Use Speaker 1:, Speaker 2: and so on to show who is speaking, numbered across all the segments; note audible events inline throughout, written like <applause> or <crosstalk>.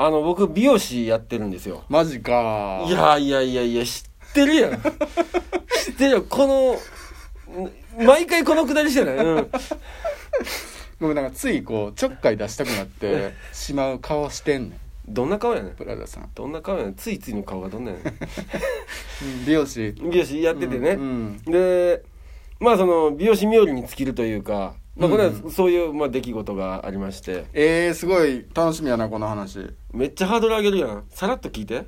Speaker 1: あの、僕、美容師やってるんですよ。
Speaker 2: マジか
Speaker 1: いやいやいやいや、知ってる <laughs> やん。知ってるよ、この、ん毎回このくだりしてない。うん。
Speaker 2: ごめんなんかついこうちょっかい出したく
Speaker 1: <laughs>
Speaker 2: なってしまう顔してんねん
Speaker 1: どんな顔やねん。
Speaker 2: プラダさん
Speaker 1: どんな顔やねん。ついついの顔がどんなやね
Speaker 2: 美容師
Speaker 1: <laughs> ん。美容師やっててね。
Speaker 2: うんうん
Speaker 1: で、まあその、美容師冥利に尽きるというか、まあこれ
Speaker 2: うん
Speaker 1: はそういう、まあ、出来事がありまして、
Speaker 2: えー、すごい楽しみやなこの話
Speaker 1: めっちゃハードル上げるやん。さらっと聞い <laughs> て。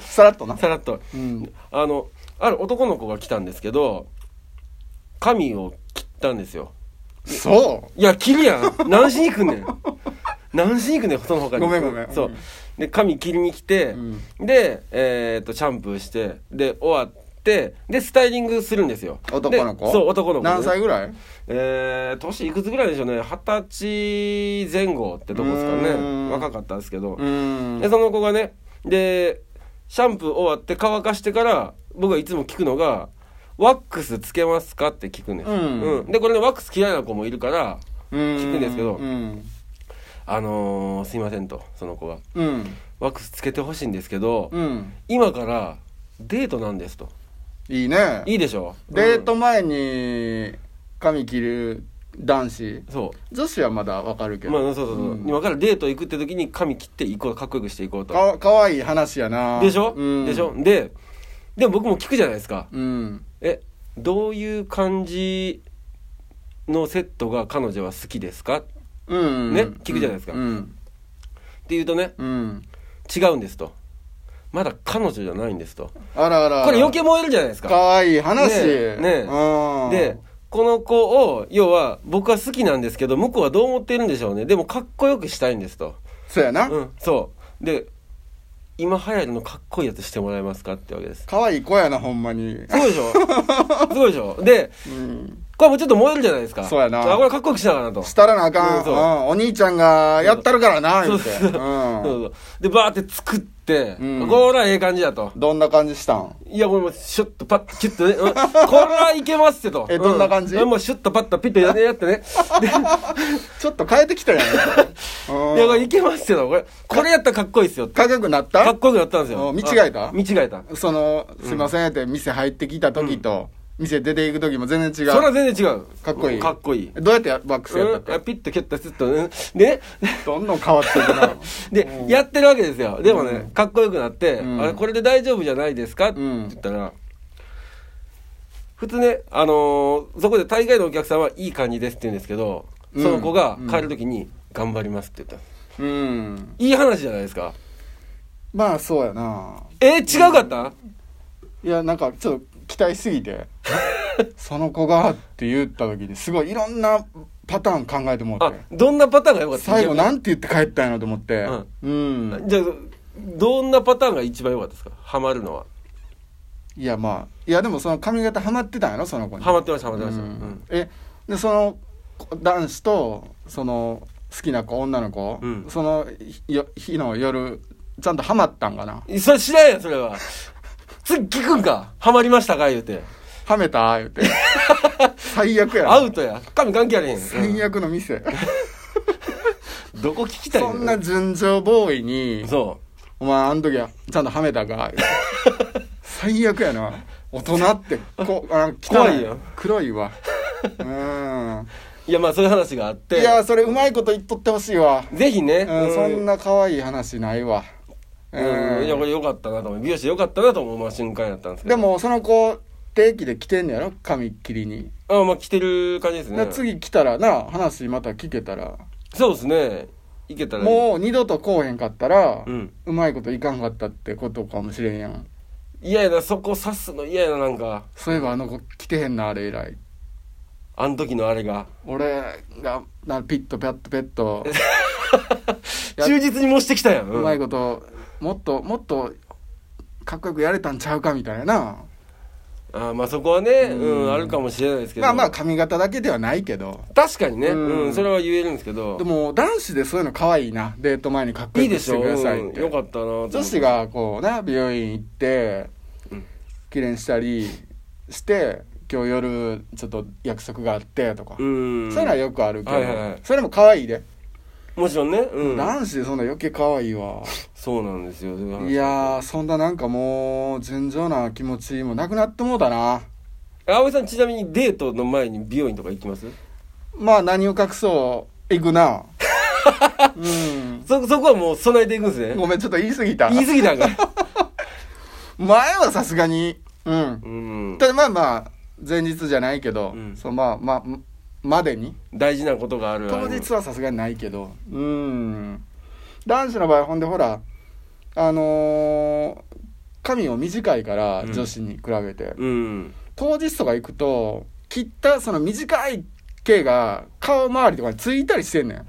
Speaker 2: さらっとな
Speaker 1: さらっと。
Speaker 2: うん
Speaker 1: あの、ある男の子が来たんですけど、髪を切ったんですよ。
Speaker 2: そ
Speaker 1: いや、切るやん。何しに来んねん。何しに来んねん、その他に。
Speaker 2: ごめんごめん
Speaker 1: そう。で、髪切りに来て、で、えーっと、シャンプーして、で、終わって、で、スタイリングするんですよ。
Speaker 2: う男の
Speaker 1: で
Speaker 2: 子
Speaker 1: そう、男の子でね、
Speaker 2: 何歳ぐらい
Speaker 1: えー、年いくつぐらいでしょうね。二十歳前後ってとこですか
Speaker 2: うー
Speaker 1: ね。
Speaker 2: ん
Speaker 1: 若かったんですけど。
Speaker 2: うん
Speaker 1: でその子がねでシャンプー終わって乾かしてから僕がいつも聞くのが「ワックスつけますか?」って聞くんです、
Speaker 2: うん
Speaker 1: でこれねワックス嫌いな子もいるから
Speaker 2: 聞
Speaker 1: 聞くんですけど
Speaker 2: うん
Speaker 1: 「あのー、すいません」とその子は
Speaker 2: うん
Speaker 1: 「ワックスつけてほしいんですけど、
Speaker 2: うん
Speaker 1: 今からデートなんです」と
Speaker 2: いいね
Speaker 1: 「いいでしょ
Speaker 2: デート
Speaker 1: うん
Speaker 2: 前に髪切る男子
Speaker 1: そ
Speaker 2: 女子はまだわかるけ
Speaker 1: う
Speaker 2: ど、
Speaker 1: まあそうそうそう、
Speaker 2: ん
Speaker 1: 今からデート行くって時に髪切っていこうかっこよくしていこうと
Speaker 2: かかわいい話やな
Speaker 1: でしょ、
Speaker 2: うん
Speaker 1: でしょででも僕も聞くじゃないですか、
Speaker 2: うん
Speaker 1: えどういう感じのセットが彼女は好きですかって
Speaker 2: うん
Speaker 1: ね聞くじゃないですか
Speaker 2: うん
Speaker 1: 言うとね
Speaker 2: うん
Speaker 1: 違うんですとまだ彼女じゃないんですと
Speaker 2: あらあら
Speaker 1: これ余計燃えるじゃないです
Speaker 2: か
Speaker 1: か
Speaker 2: わいい話
Speaker 1: ねえねえ
Speaker 2: うん
Speaker 1: でこの子を要は僕は好きなんですけど向こうはどう思ってるんでしょうねでもかっこよくしたいんですと
Speaker 2: そうやな、
Speaker 1: うんそうで今流行りのかっこいいやつしてもらえますかってわけです
Speaker 2: かわいい子やなほんまに
Speaker 1: すごいでし
Speaker 2: <laughs>
Speaker 1: ょすごいでしょで
Speaker 2: うん
Speaker 1: これもうちょっと燃えるじゃないですか
Speaker 2: そうやな
Speaker 1: あこれかっこよくしなあかんなと
Speaker 2: したらなあか
Speaker 1: うん
Speaker 2: ん、
Speaker 1: そう
Speaker 2: うんお兄ちゃんがやったるからな
Speaker 1: そう
Speaker 2: 言うて
Speaker 1: そうそうそうでバーって作って、
Speaker 2: うん
Speaker 1: こらええ感じだと
Speaker 2: ん、どんな感じしたん
Speaker 1: いや俺もうシュッとパッとキュッとね、うん、こらいけますってと
Speaker 2: <laughs> えどんな感じ
Speaker 1: うもうシュッとパッとピッとやってやって
Speaker 2: <laughs>
Speaker 1: ねで
Speaker 2: ちょっと変えてきたやんうん
Speaker 1: いやこれいけますってとこれこれやったらかっこいいっすよって
Speaker 2: かっこよくなった
Speaker 1: かっこよくなったんですよ
Speaker 2: お見違えた
Speaker 1: あ見違えた
Speaker 2: そのすいませんって店入ってきた時と、店出ていく時も全然違う
Speaker 1: それは全然違う
Speaker 2: かっこいい
Speaker 1: かっこいい、
Speaker 2: どうやってやバックスやった
Speaker 1: う
Speaker 2: っ
Speaker 1: ん、
Speaker 2: け、
Speaker 1: ピッとキュッとスッと、うん、で
Speaker 2: どんどん変わっていくな
Speaker 1: で、やってるわけですよでもね、かっこよくなって、
Speaker 2: うん
Speaker 1: あれこれで大丈夫じゃないですか、
Speaker 2: ん
Speaker 1: って言ったら普通ね、あのーそこで大概のお客さんはいい感じですって言うんですけどその子が帰る時に「頑張ります」って言ったんです
Speaker 2: うん
Speaker 1: いい話じゃないですか
Speaker 2: まあそうやな
Speaker 1: えー、違うかった、
Speaker 2: いやなんかちょっと期待しす
Speaker 1: <laughs>
Speaker 2: ぎてその子がって言った時にすごいいろんなパターン考えてもう
Speaker 1: あ
Speaker 2: て
Speaker 1: どんなパターンが良かった
Speaker 2: 最後なんて言って帰ったんやろと思ってうん、
Speaker 1: じゃあどんなパターンが一番良かったですかハマるのはい
Speaker 2: やまあいやでもその髪型ハマってたんやろその子に
Speaker 1: ハマってましたハマってました、
Speaker 2: う
Speaker 1: うんん
Speaker 2: えでその男子とその好きな子女の子、
Speaker 1: うん
Speaker 2: そのひよ日の夜ちゃんとハマったんかな
Speaker 1: それ知らんやんそれは <laughs> 次聞くんかハマりましたか言うて
Speaker 2: ハメた言う
Speaker 1: <laughs>
Speaker 2: て最悪やな
Speaker 1: アウトや神関係あれへんうん
Speaker 2: 最悪の店
Speaker 1: どこ聞きたい
Speaker 2: そ
Speaker 1: の
Speaker 2: んな純情ボーイに
Speaker 1: そ
Speaker 2: お前あの時はちゃんとはめたか最悪やな大人ってこあ汚
Speaker 1: 怖い
Speaker 2: い
Speaker 1: よ
Speaker 2: 黒いわうん
Speaker 1: ういやまあそういう話があっ
Speaker 2: い
Speaker 1: て
Speaker 2: やそれうまいこと言っとってほしいわ、
Speaker 1: ぜひね、
Speaker 2: うん、そん
Speaker 1: な、
Speaker 2: な可愛い話ないわ
Speaker 1: うん、いやこれ良かったなと思う美容師良かったなと思う瞬間やったんですけど
Speaker 2: でもその子定期で来てんのやろ髪切りに、
Speaker 1: あまあ来てる感じです
Speaker 2: で
Speaker 1: ね
Speaker 2: 次来たらな話また聞けたら
Speaker 1: そうですねいけたらいい
Speaker 2: もう二度とこうへんかったら、
Speaker 1: う
Speaker 2: うんまいこといかんかったってことかもしれんやん
Speaker 1: 嫌やなそこ刺すの嫌やななんか
Speaker 2: そういえばあの子来てへんなあれ以来
Speaker 1: あの時のあれが
Speaker 2: 俺がなピッとペッとペッとや
Speaker 1: 忠実に模してきたやん、
Speaker 2: うまいこともっともっとかっこよくやれたんちゃうかみたいな
Speaker 1: とあまあそこはねうん、あるかもしれないですけど
Speaker 2: まあまあ髪型だけではないけど
Speaker 1: 確かにね、う
Speaker 2: うんん
Speaker 1: それは言えるんですけど
Speaker 2: でも男子でそういうの可愛いなデート前にかっこ
Speaker 1: い
Speaker 2: よ
Speaker 1: い
Speaker 2: く
Speaker 1: で
Speaker 2: し
Speaker 1: してょ、
Speaker 2: くださいって
Speaker 1: うん、よかったなと思って
Speaker 2: 女子がこうな美容院行って綺麗にしたりして今日夜ちょっと約束があってとか、
Speaker 1: うん
Speaker 2: そういうのはよくあるけど、
Speaker 1: はいはいはい
Speaker 2: それも可愛いで
Speaker 1: もちろんね、うん、
Speaker 2: 男子でそんな余計可愛いわ
Speaker 1: そうなんですよ
Speaker 2: いやーそんななんかもう純情な気持ちもなくなってもうたな
Speaker 1: 葵さんちなみにデートの前に美容院とか行きます
Speaker 2: まあ何を隠そう行
Speaker 1: <laughs>
Speaker 2: くなうん
Speaker 1: そそこはもう備えていくんですね
Speaker 2: ごめんちょっと言い過ぎた
Speaker 1: 言い過ぎたん
Speaker 2: <laughs>
Speaker 1: か
Speaker 2: 前はさすがにうん
Speaker 1: うん
Speaker 2: ただまあまあ前日じゃないけど、
Speaker 1: うん
Speaker 2: そうまあまあままでに
Speaker 1: 大事なことがある
Speaker 2: 当日はさすがにないけどうん男子の場合ほんでほらあのー髪も短いから
Speaker 1: うん
Speaker 2: 女子に比べて、
Speaker 1: うん
Speaker 2: 当日とか行くと切ったその短い毛が顔周りとかについたりしてんねん、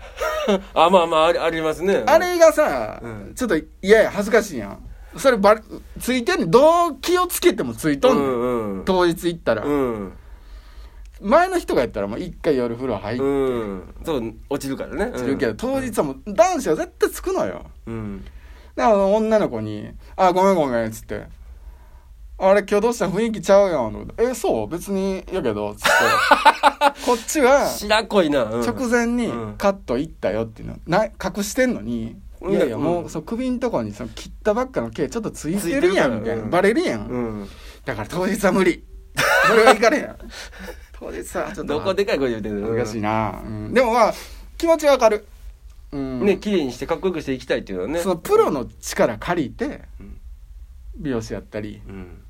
Speaker 1: あまあまあありありますね
Speaker 2: あれがさ、
Speaker 1: うん
Speaker 2: ちょっと嫌や恥ずかしいやんそれバレついてんねんどう気をつけてもついと
Speaker 1: うん
Speaker 2: ねん、
Speaker 1: んうん
Speaker 2: 当日行ったら、
Speaker 1: うん
Speaker 2: 前の日とかやったらもう一回夜風呂入って、
Speaker 1: うんそう落ちるからね
Speaker 2: するけど、当日はもう男子は絶対つくのよ
Speaker 1: うん
Speaker 2: であの女の子に「あごめんごめん」っつって「あれ今日どうした雰囲気ちゃうやん」と思って「えそう別にやけど」っつって
Speaker 1: <laughs>
Speaker 2: こっちは
Speaker 1: 白濃いなうん
Speaker 2: 直前に
Speaker 1: うん
Speaker 2: カットいったよっていうのな隠してんのに「
Speaker 1: うん
Speaker 2: いやいやも
Speaker 1: う
Speaker 2: うんそう首んとこにその切ったばっかの毛ちょっとついてるやん」
Speaker 1: つ
Speaker 2: みたいな、
Speaker 1: いてるからうん
Speaker 2: バレるやん、
Speaker 1: うん
Speaker 2: だから当日は無理それはいかれ
Speaker 1: <laughs>
Speaker 2: へん当日はちょっと
Speaker 1: どこでかい声で言ってるの
Speaker 2: 恥ずかしいな、うんでもまあ気持ちはわかる、うん、
Speaker 1: ね綺麗にしてかっこよくしていきたいっていうのはね
Speaker 2: そのプロの力借りて
Speaker 1: うん
Speaker 2: 美容師やったり
Speaker 1: うん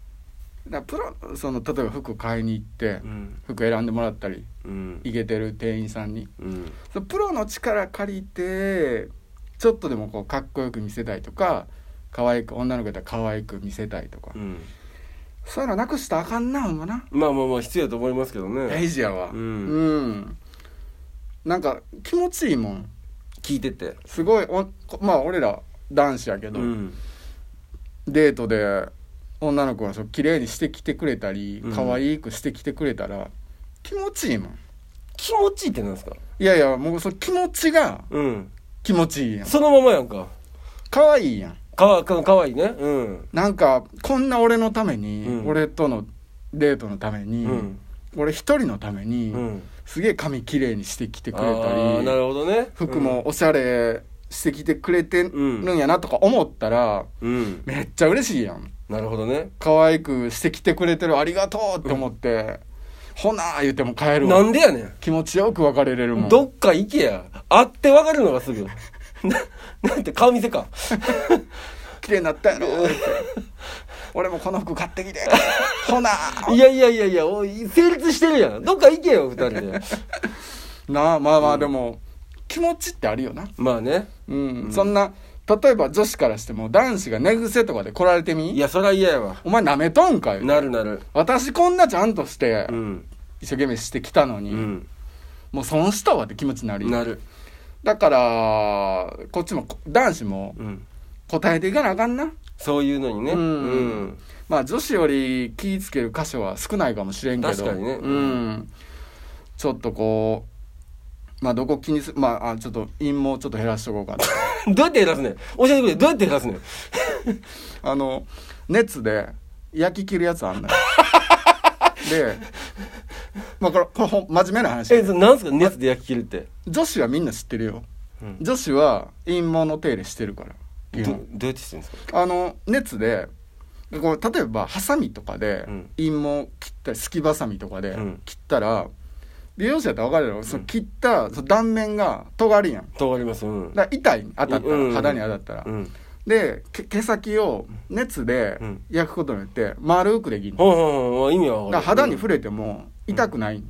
Speaker 2: だからプロその例えば服買いに行って
Speaker 1: うん
Speaker 2: 服選んでもらったり
Speaker 1: うん
Speaker 2: いけてる店員さんに
Speaker 1: うん
Speaker 2: そのプロの力借りてちょっとでもこうかっこよく見せたいとか可愛く女の子やったら可愛く見せたいとか、
Speaker 1: うん
Speaker 2: そういうのなくしたらあかんなほんまな
Speaker 1: まあまあまあ必要だと思いますけどね
Speaker 2: 大事やわ
Speaker 1: うん
Speaker 2: んなんか気持ちいいもん
Speaker 1: 聞いてて
Speaker 2: すごいおこまあ俺ら男子やけ
Speaker 1: う
Speaker 2: ど、
Speaker 1: ん
Speaker 2: デートで女の子がそう綺麗にしてきてくれたり
Speaker 1: うん
Speaker 2: 可愛くしてきてくれたら、気持ちいいもん
Speaker 1: 気持ちいいってなんですか
Speaker 2: いやいやもうその気持ちが
Speaker 1: うん
Speaker 2: 気持ちいいやん
Speaker 1: そのままやんか
Speaker 2: 可愛いやん
Speaker 1: かわかかわいいねうん
Speaker 2: なんかこんな俺のために、
Speaker 1: うん
Speaker 2: 俺とのデートのために、
Speaker 1: うん
Speaker 2: 俺一人のために、
Speaker 1: うん
Speaker 2: すげえ髪綺麗にしてきてくれ
Speaker 1: あ
Speaker 2: た
Speaker 1: ー
Speaker 2: り
Speaker 1: なるほどね
Speaker 2: 服もおしゃれしてきてくれてるんやなとか思ったら、
Speaker 1: うんうん
Speaker 2: めっちゃ嬉しいやん
Speaker 1: なるほどね
Speaker 2: 可愛くしてきてくれてるありがとうって思って、ほなー言っても帰る
Speaker 1: な
Speaker 2: わ
Speaker 1: んでやねん
Speaker 2: 気持ちよく別れれるもん
Speaker 1: どっか行けや。会って分かるのがすぐ。 <laughs> な、なんて顔見 <laughs> せか。
Speaker 2: 綺麗になったやろって俺もこの服買ってきてほなー
Speaker 1: いやいやいやいや、おい成立してるやん。どっか行けよ、二人で。
Speaker 2: なあまあまあでも、気持ちってあるよな
Speaker 1: まあね。
Speaker 2: うん、
Speaker 1: うん
Speaker 2: そんな例えば女子からしても男子が寝癖とかで来られてみ
Speaker 1: いや、そら嫌やわ。
Speaker 2: お前なめとんかよ
Speaker 1: なるなる。
Speaker 2: 私こんなちゃんとして
Speaker 1: うん。
Speaker 2: 一生懸命してきたの
Speaker 1: う
Speaker 2: に、
Speaker 1: ん。
Speaker 2: もう損したわって気持ちになり
Speaker 1: なる。
Speaker 2: だからこっちも男子も
Speaker 1: うん。
Speaker 2: 答えていかなあかんな
Speaker 1: そういうのにね。
Speaker 2: う
Speaker 1: うんん。
Speaker 2: まあ女子より気ぃつける箇所は少ないかもしれんけど
Speaker 1: 確かにね
Speaker 2: うん、ちょっとこうまあどこ気にすまああちょっと陰謀ちょっと減らしとこうかな
Speaker 1: どうやって減らすねん教えてくれ。どうやって減らすねん
Speaker 2: あの熱で焼き切るやつあんの
Speaker 1: <laughs>
Speaker 2: よでまあこれこれほん真面目な話
Speaker 1: え、それなんすか熱で焼き切るって。
Speaker 2: 女子はみんな知ってるよ
Speaker 1: うん
Speaker 2: 女子は陰謀の手入れしてるから
Speaker 1: ど
Speaker 2: 基
Speaker 1: ど
Speaker 2: 本
Speaker 1: うやってしてるんですか
Speaker 2: あの熱でこう例えばハサミとかで
Speaker 1: うん
Speaker 2: 陰毛切ったりすきばさみとかで
Speaker 1: うん
Speaker 2: 切ったら、美容師やったら分かるやろ、その切ったその断面が尖るやん
Speaker 1: とがります。うん。
Speaker 2: だから痛い当たったら、
Speaker 1: うん
Speaker 2: 肌に当たったら、
Speaker 1: うん。
Speaker 2: でけ毛先を熱で
Speaker 1: うん
Speaker 2: 焼くことによって丸くできる、だか
Speaker 1: ほうほうほう。意味はわからる。
Speaker 2: 肌に
Speaker 1: ふ
Speaker 2: 触れても痛くない、
Speaker 1: うん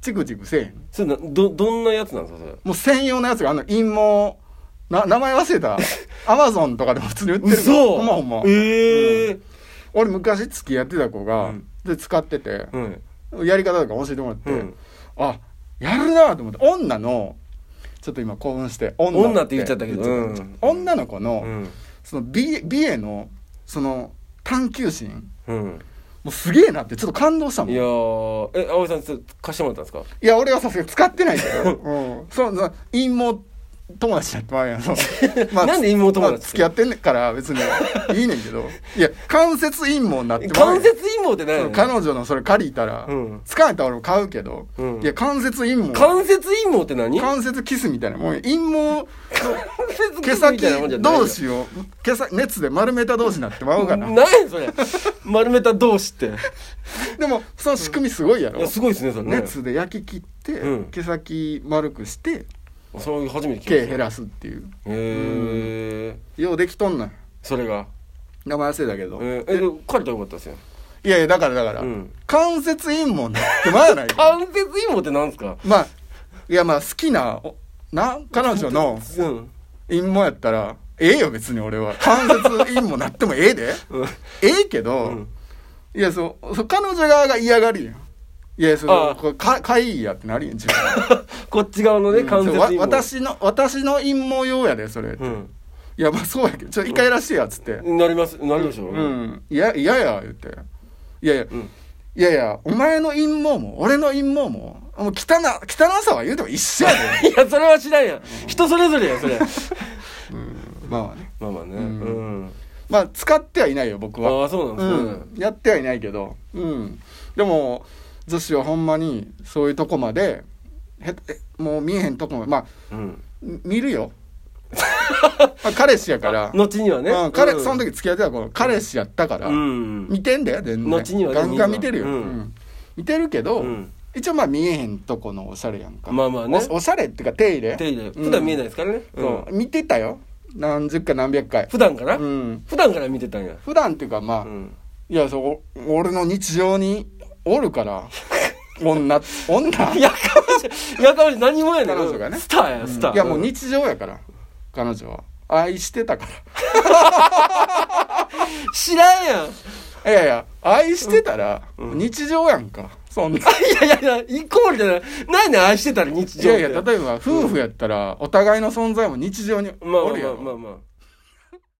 Speaker 2: チクチクせえへん
Speaker 1: それな、ど、どんなやつなんですか、それ。
Speaker 2: もう専用のやつがあの陰毛な名前忘
Speaker 1: <laughs>
Speaker 2: れたアマゾンとかでも普通に売ってるから
Speaker 1: 嘘
Speaker 2: ほんまほんま
Speaker 1: ええ
Speaker 2: 俺昔付き合ってた子が、
Speaker 1: うん
Speaker 2: で使ってて、
Speaker 1: うん。
Speaker 2: やり方とか教えてもらって、
Speaker 1: うん
Speaker 2: あやるなと思って女のちょっと今興奮して女
Speaker 1: 女って言っちゃったけど
Speaker 2: 言っちゃった
Speaker 1: うん
Speaker 2: 女の子
Speaker 1: う
Speaker 2: の,、
Speaker 1: ん。
Speaker 2: その美美へのその探求心
Speaker 1: うん。
Speaker 2: もうすげえなってちょっと感動したもん
Speaker 1: いやー、え、葵さん、ちょっと貸してもらったんですか <laughs>
Speaker 2: いや俺はさすがに使ってないけど、うん、そのその陰謀友達になってまう
Speaker 1: <laughs>
Speaker 2: やん。その
Speaker 1: なんで陰謀友達
Speaker 2: まあ付き合ってんねんから別にいいねんけど。いや、間接陰謀になってまうや
Speaker 1: 関
Speaker 2: ん
Speaker 1: 節陰謀ってない
Speaker 2: そ
Speaker 1: よ
Speaker 2: の
Speaker 1: ね
Speaker 2: 彼女のそれ借りたら、
Speaker 1: うん
Speaker 2: 使えたら俺も買うけど、
Speaker 1: うん
Speaker 2: いや、間接陰謀。
Speaker 1: 関節陰謀って何
Speaker 2: 関節キスみたいなもんや陰謀
Speaker 1: 関節
Speaker 2: 毛
Speaker 1: キスみたいなもんじゃ
Speaker 2: 先
Speaker 1: ないよ
Speaker 2: 同士を毛先熱で丸めた同士になってまうかな
Speaker 1: 何やそれ <laughs> 丸めた同士って
Speaker 2: でもその仕組みすごいや
Speaker 1: い
Speaker 2: ろ
Speaker 1: やすごいですねそれね
Speaker 2: 熱で焼き切って、
Speaker 1: うん
Speaker 2: 毛先丸くして
Speaker 1: そういう初めて聞きま
Speaker 2: 毛
Speaker 1: した
Speaker 2: 減らすっていう
Speaker 1: へえ
Speaker 2: ようできとんのよ
Speaker 1: それが
Speaker 2: 名前忘れたけど、
Speaker 1: ええで彼とよかったですよ
Speaker 2: いやいやだからだから、
Speaker 1: うん
Speaker 2: 関節陰謀になってまうや
Speaker 1: <laughs>
Speaker 2: ないか
Speaker 1: 関節陰謀ってなんですか
Speaker 2: まあいやまあ好きなおな彼
Speaker 1: <laughs>
Speaker 2: 女の
Speaker 1: うん
Speaker 2: 陰謀やったらええよ別に俺は関節陰謀なってもええで
Speaker 1: うん
Speaker 2: ええけど、
Speaker 1: うん
Speaker 2: いやそうそう彼女側が嫌がるやんいやそ
Speaker 1: ああ
Speaker 2: のこれかかいいやってなるやん自
Speaker 1: <laughs>
Speaker 2: 分
Speaker 1: こっち側のね関節
Speaker 2: そう
Speaker 1: 陰
Speaker 2: わ
Speaker 1: 謀
Speaker 2: 私の私の陰謀用やでそれって、
Speaker 1: うん
Speaker 2: いやまあそうやけどちょ一回らしてやっつって
Speaker 1: なりますなるでしょ
Speaker 2: うんいやいやや言っていやいや、
Speaker 1: ん
Speaker 2: いやいやお前の陰謀も俺の陰謀ももう汚な汚さは言うても一緒や
Speaker 1: <laughs>
Speaker 2: で、
Speaker 1: いやそれは知らんやん人それぞれやんそ
Speaker 2: <laughs>
Speaker 1: れ
Speaker 2: まあまあね
Speaker 1: <laughs> まあまあねう
Speaker 2: うん
Speaker 1: ん
Speaker 2: まあ使ってはいないよ僕は
Speaker 1: ああそうなんですね
Speaker 2: うん、やってはいないけど、うん、でも女子はほんまにそういうとこまでへえもう見えへんとこまでまあ
Speaker 1: うん
Speaker 2: み見
Speaker 1: <laughs>
Speaker 2: るよまあ彼氏やから、
Speaker 1: 後にはね
Speaker 2: うん、彼その時付き合ってた子彼氏やったから、
Speaker 1: うん
Speaker 2: 見てんだよ全然
Speaker 1: 後にはね
Speaker 2: ガンガン見てるよ、
Speaker 1: 見
Speaker 2: う
Speaker 1: るわ
Speaker 2: ん
Speaker 1: うん
Speaker 2: 見てるけど、
Speaker 1: うん
Speaker 2: 一応まあ見えへんとこのおしゃれやんか
Speaker 1: まあまあね
Speaker 2: おおしゃれっていうか手入れ
Speaker 1: 手入れ
Speaker 2: うん
Speaker 1: 普段見えないですからねうん
Speaker 2: そう見てたよ何十回何百回
Speaker 1: 普段から
Speaker 2: うん
Speaker 1: 普段から見てたんや
Speaker 2: 普段っていうかまあ、
Speaker 1: うん
Speaker 2: いやそうお俺の日常におるから
Speaker 1: <laughs>
Speaker 2: 女女
Speaker 1: い <laughs> やかましいやかましい何もやねん
Speaker 2: 彼女がね
Speaker 1: スターやスター
Speaker 2: いやもう日常やから彼女は愛してたか
Speaker 1: 知らんやん <laughs>
Speaker 2: らいやいや愛してたら日常やんかそんな
Speaker 1: いやいやいやイコールじゃない何やねん愛してたら日
Speaker 2: い
Speaker 1: 常
Speaker 2: や
Speaker 1: って
Speaker 2: いや例えば夫婦やったらお互いの存在も日常に
Speaker 1: まあま
Speaker 2: お
Speaker 1: あ
Speaker 2: るや
Speaker 1: まあ
Speaker 2: ろ
Speaker 1: まあまあ